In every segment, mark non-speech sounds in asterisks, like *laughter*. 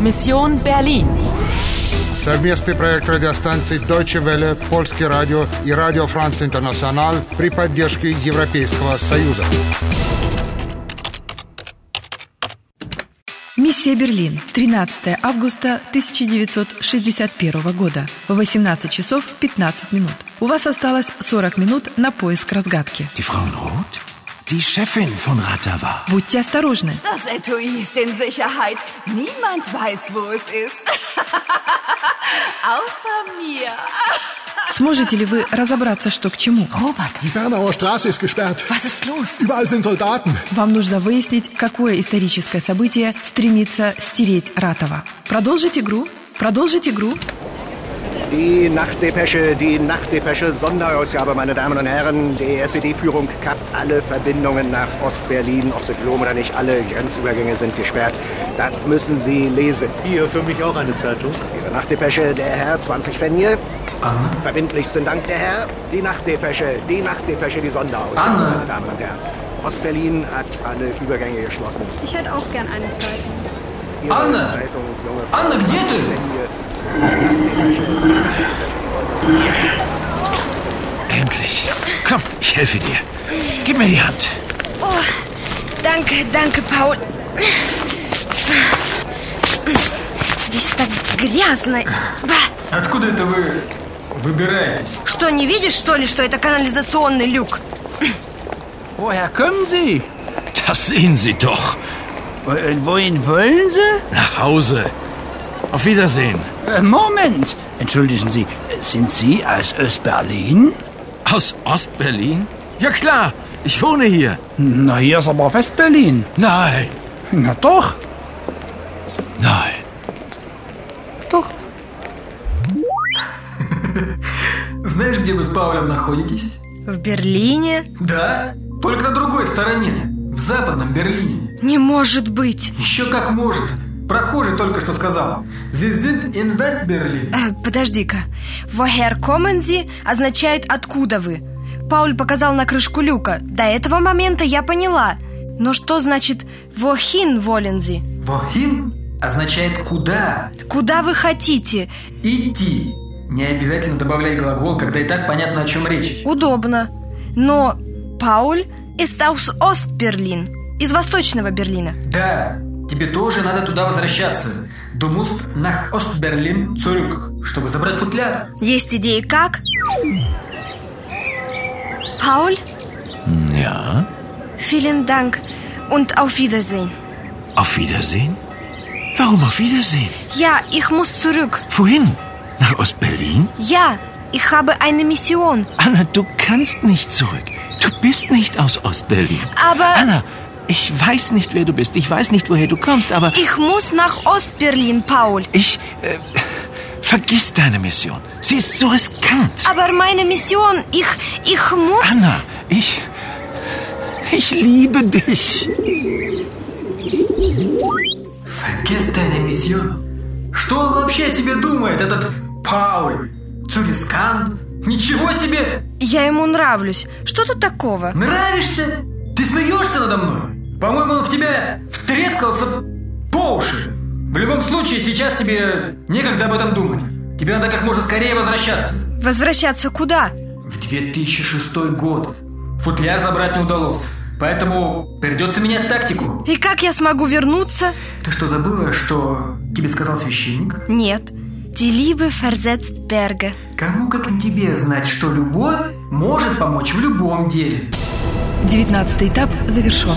Mission Berlin. Совместный проект радиостанций Deutsche Welle, Польский радио и Радио Франц Интернационал при поддержке Европейского Союза. Миссия Берлин. 13 августа 1961 года. В 18 часов 15 минут. У вас осталось 40 минут на поиск разгадки. Die Frau in Rot? Die Chefin von Ratava. Будьте осторожны. Das Etui ist in Sicherheit. Niemand weiß, wo es ist. *laughs* Außer mir. Сможете ли вы разобраться, что к чему? Robert, Die Bernauer Straße ist gesperrt. was ist los? Überall sind Soldaten. Вам нужно выяснить, какое историческое событие стремится стереть Ратова. Продолжить игру. Продолжить игру. Die Nachtdepesche, die Nachtdepesche, Sonderausgabe, meine Damen und Herren. Die SED-Führung kappt alle Verbindungen nach Ostberlin, ob sie glauben oder nicht. Alle Grenzübergänge sind gesperrt. Das müssen Sie lesen. Hier, für mich auch eine Zeitung. Ihre Nachtdepesche, der Herr, 20 Fenje. Verbindlichsten Dank, der Herr. Die Nachtdepesche, die Nachtdepesche, die Sonderausgabe, meine Damen und Herren. Ostberlin hat alle Übergänge geschlossen. Ich hätte auch gern eine Zeitung. Ihre Anne! Zeitung, junge Frau, Anne, где ты? Fenje. Endlich. Komm, ich helfe dir. Gib mir die Hand. Oh, Danke, danke, Paul. Здесь так грязно. Ба! Откуда это вы выбираетесь? Что, не видишь, что ли, что это канализационный люк? Woher kommen Sie? Das sehen Sie doch. Äh, Wohin wollen Sie? Nach Hause. Auf Wiedersehen. Э, Äh, Moment! Entschuldigen Sie, äh, sind Sie aus Östberlin? Aus Ostberlin? Ja klar, ich wohne hier. Na, hier ist aber Westberlin. Nein, Na doch. nein. Знаешь, где вы с Павлем находитесь? В Берлине? Да, только на другой стороне, в западном Берлине. Не может быть. Еще как можешь. Прохожий только что сказал. Sie sind in West-Berlin. Э, подожди-ка. Woher kommen Sie означает «откуда вы». Пауль показал на крышку люка. До этого момента я поняла. Но что значит «wohin wollen Sie»? Wohin означает «куда», Куда вы хотите? «идти». Не обязательно добавлять глагол, когда и так понятно, о чем речь. Удобно. Но Пауль ist aus Ostberlin, из Восточного Берлина. Да, тебе тоже надо туда возвращаться. Du musst nach Ostberlin zurück, чтобы забрать футляр. Есть идеи как? Пауль, Ja, vielen Dank und auf Wiedersehen. auf Wiedersehen? Warum auf Wiedersehen? Ja, ich muss zurück. Wohin? Nach Ostberlin? Ja, ich habe eine Mission. Anna, du kannst nicht zurück. Du bist nicht aus Ostberlin. Aber- Anna, ich weiß nicht, wer du bist. Ich weiß nicht, woher du kommst, aber Ich muss nach Ostberlin, Paul. ich. Äh, vergiss deine Mission. Sie ist so riskant. Aber meine Mission, ich, ich muss... Anna, ich. Ich liebe dich. Гестайная миссион. Что он вообще о себе думает, этот Пауль? Цурискан? Ничего себе! Я ему нравлюсь. Что тут такого? Нравишься? Ты смеешься надо мной? По-моему, он в тебя втрескался по уши. В любом случае, сейчас тебе некогда об этом думать. Тебе надо как можно скорее возвращаться. Возвращаться куда? В 2006 год футляр забрать не удалось. Поэтому придется менять тактику. И как я смогу вернуться? Ты что, забыла, что тебе сказал священник? Нет. Die Liebe versetzt Berge. Кому как не тебе знать, что любовь может помочь в любом деле. 19 этап завершен.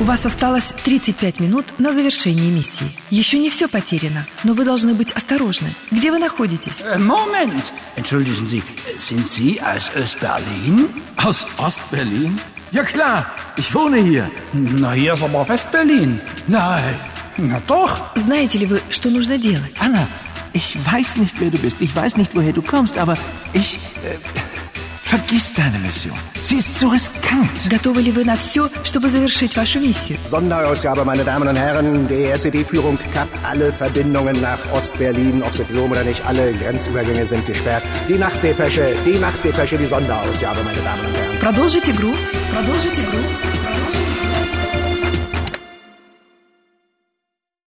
У вас осталось 35 минут на завершение миссии. Еще не все потеряно, но вы должны быть осторожны. Где вы находитесь? Äh, Moment! Entschuldigen Sie, äh, sind Sie aus Östberlin? Aus Ostberlin? Ja klar, ich wohne hier. Na, hier ist aber Westberlin. Nein, Na doch. Знаете ли вы, что нужно делать? Anna, ich weiß nicht, wer du bist. Ich weiß nicht, woher du kommst, aber ich. Äh, vergiss deine Mission. Sie ist so riskant. Готовы ли вы на все, чтобы завершить вашу миссию? Sonderausgabe, meine Damen und Herren. Die SED-Führung kappt alle Verbindungen nach Ostberlin, ob sie glauben oder nicht. Alle Grenzübergänge sind gesperrt. Die Nachtdepesche, die Nachtdepesche, die Sonderausgabe, meine Damen und Herren. Продолжить игру. Продолжить игру.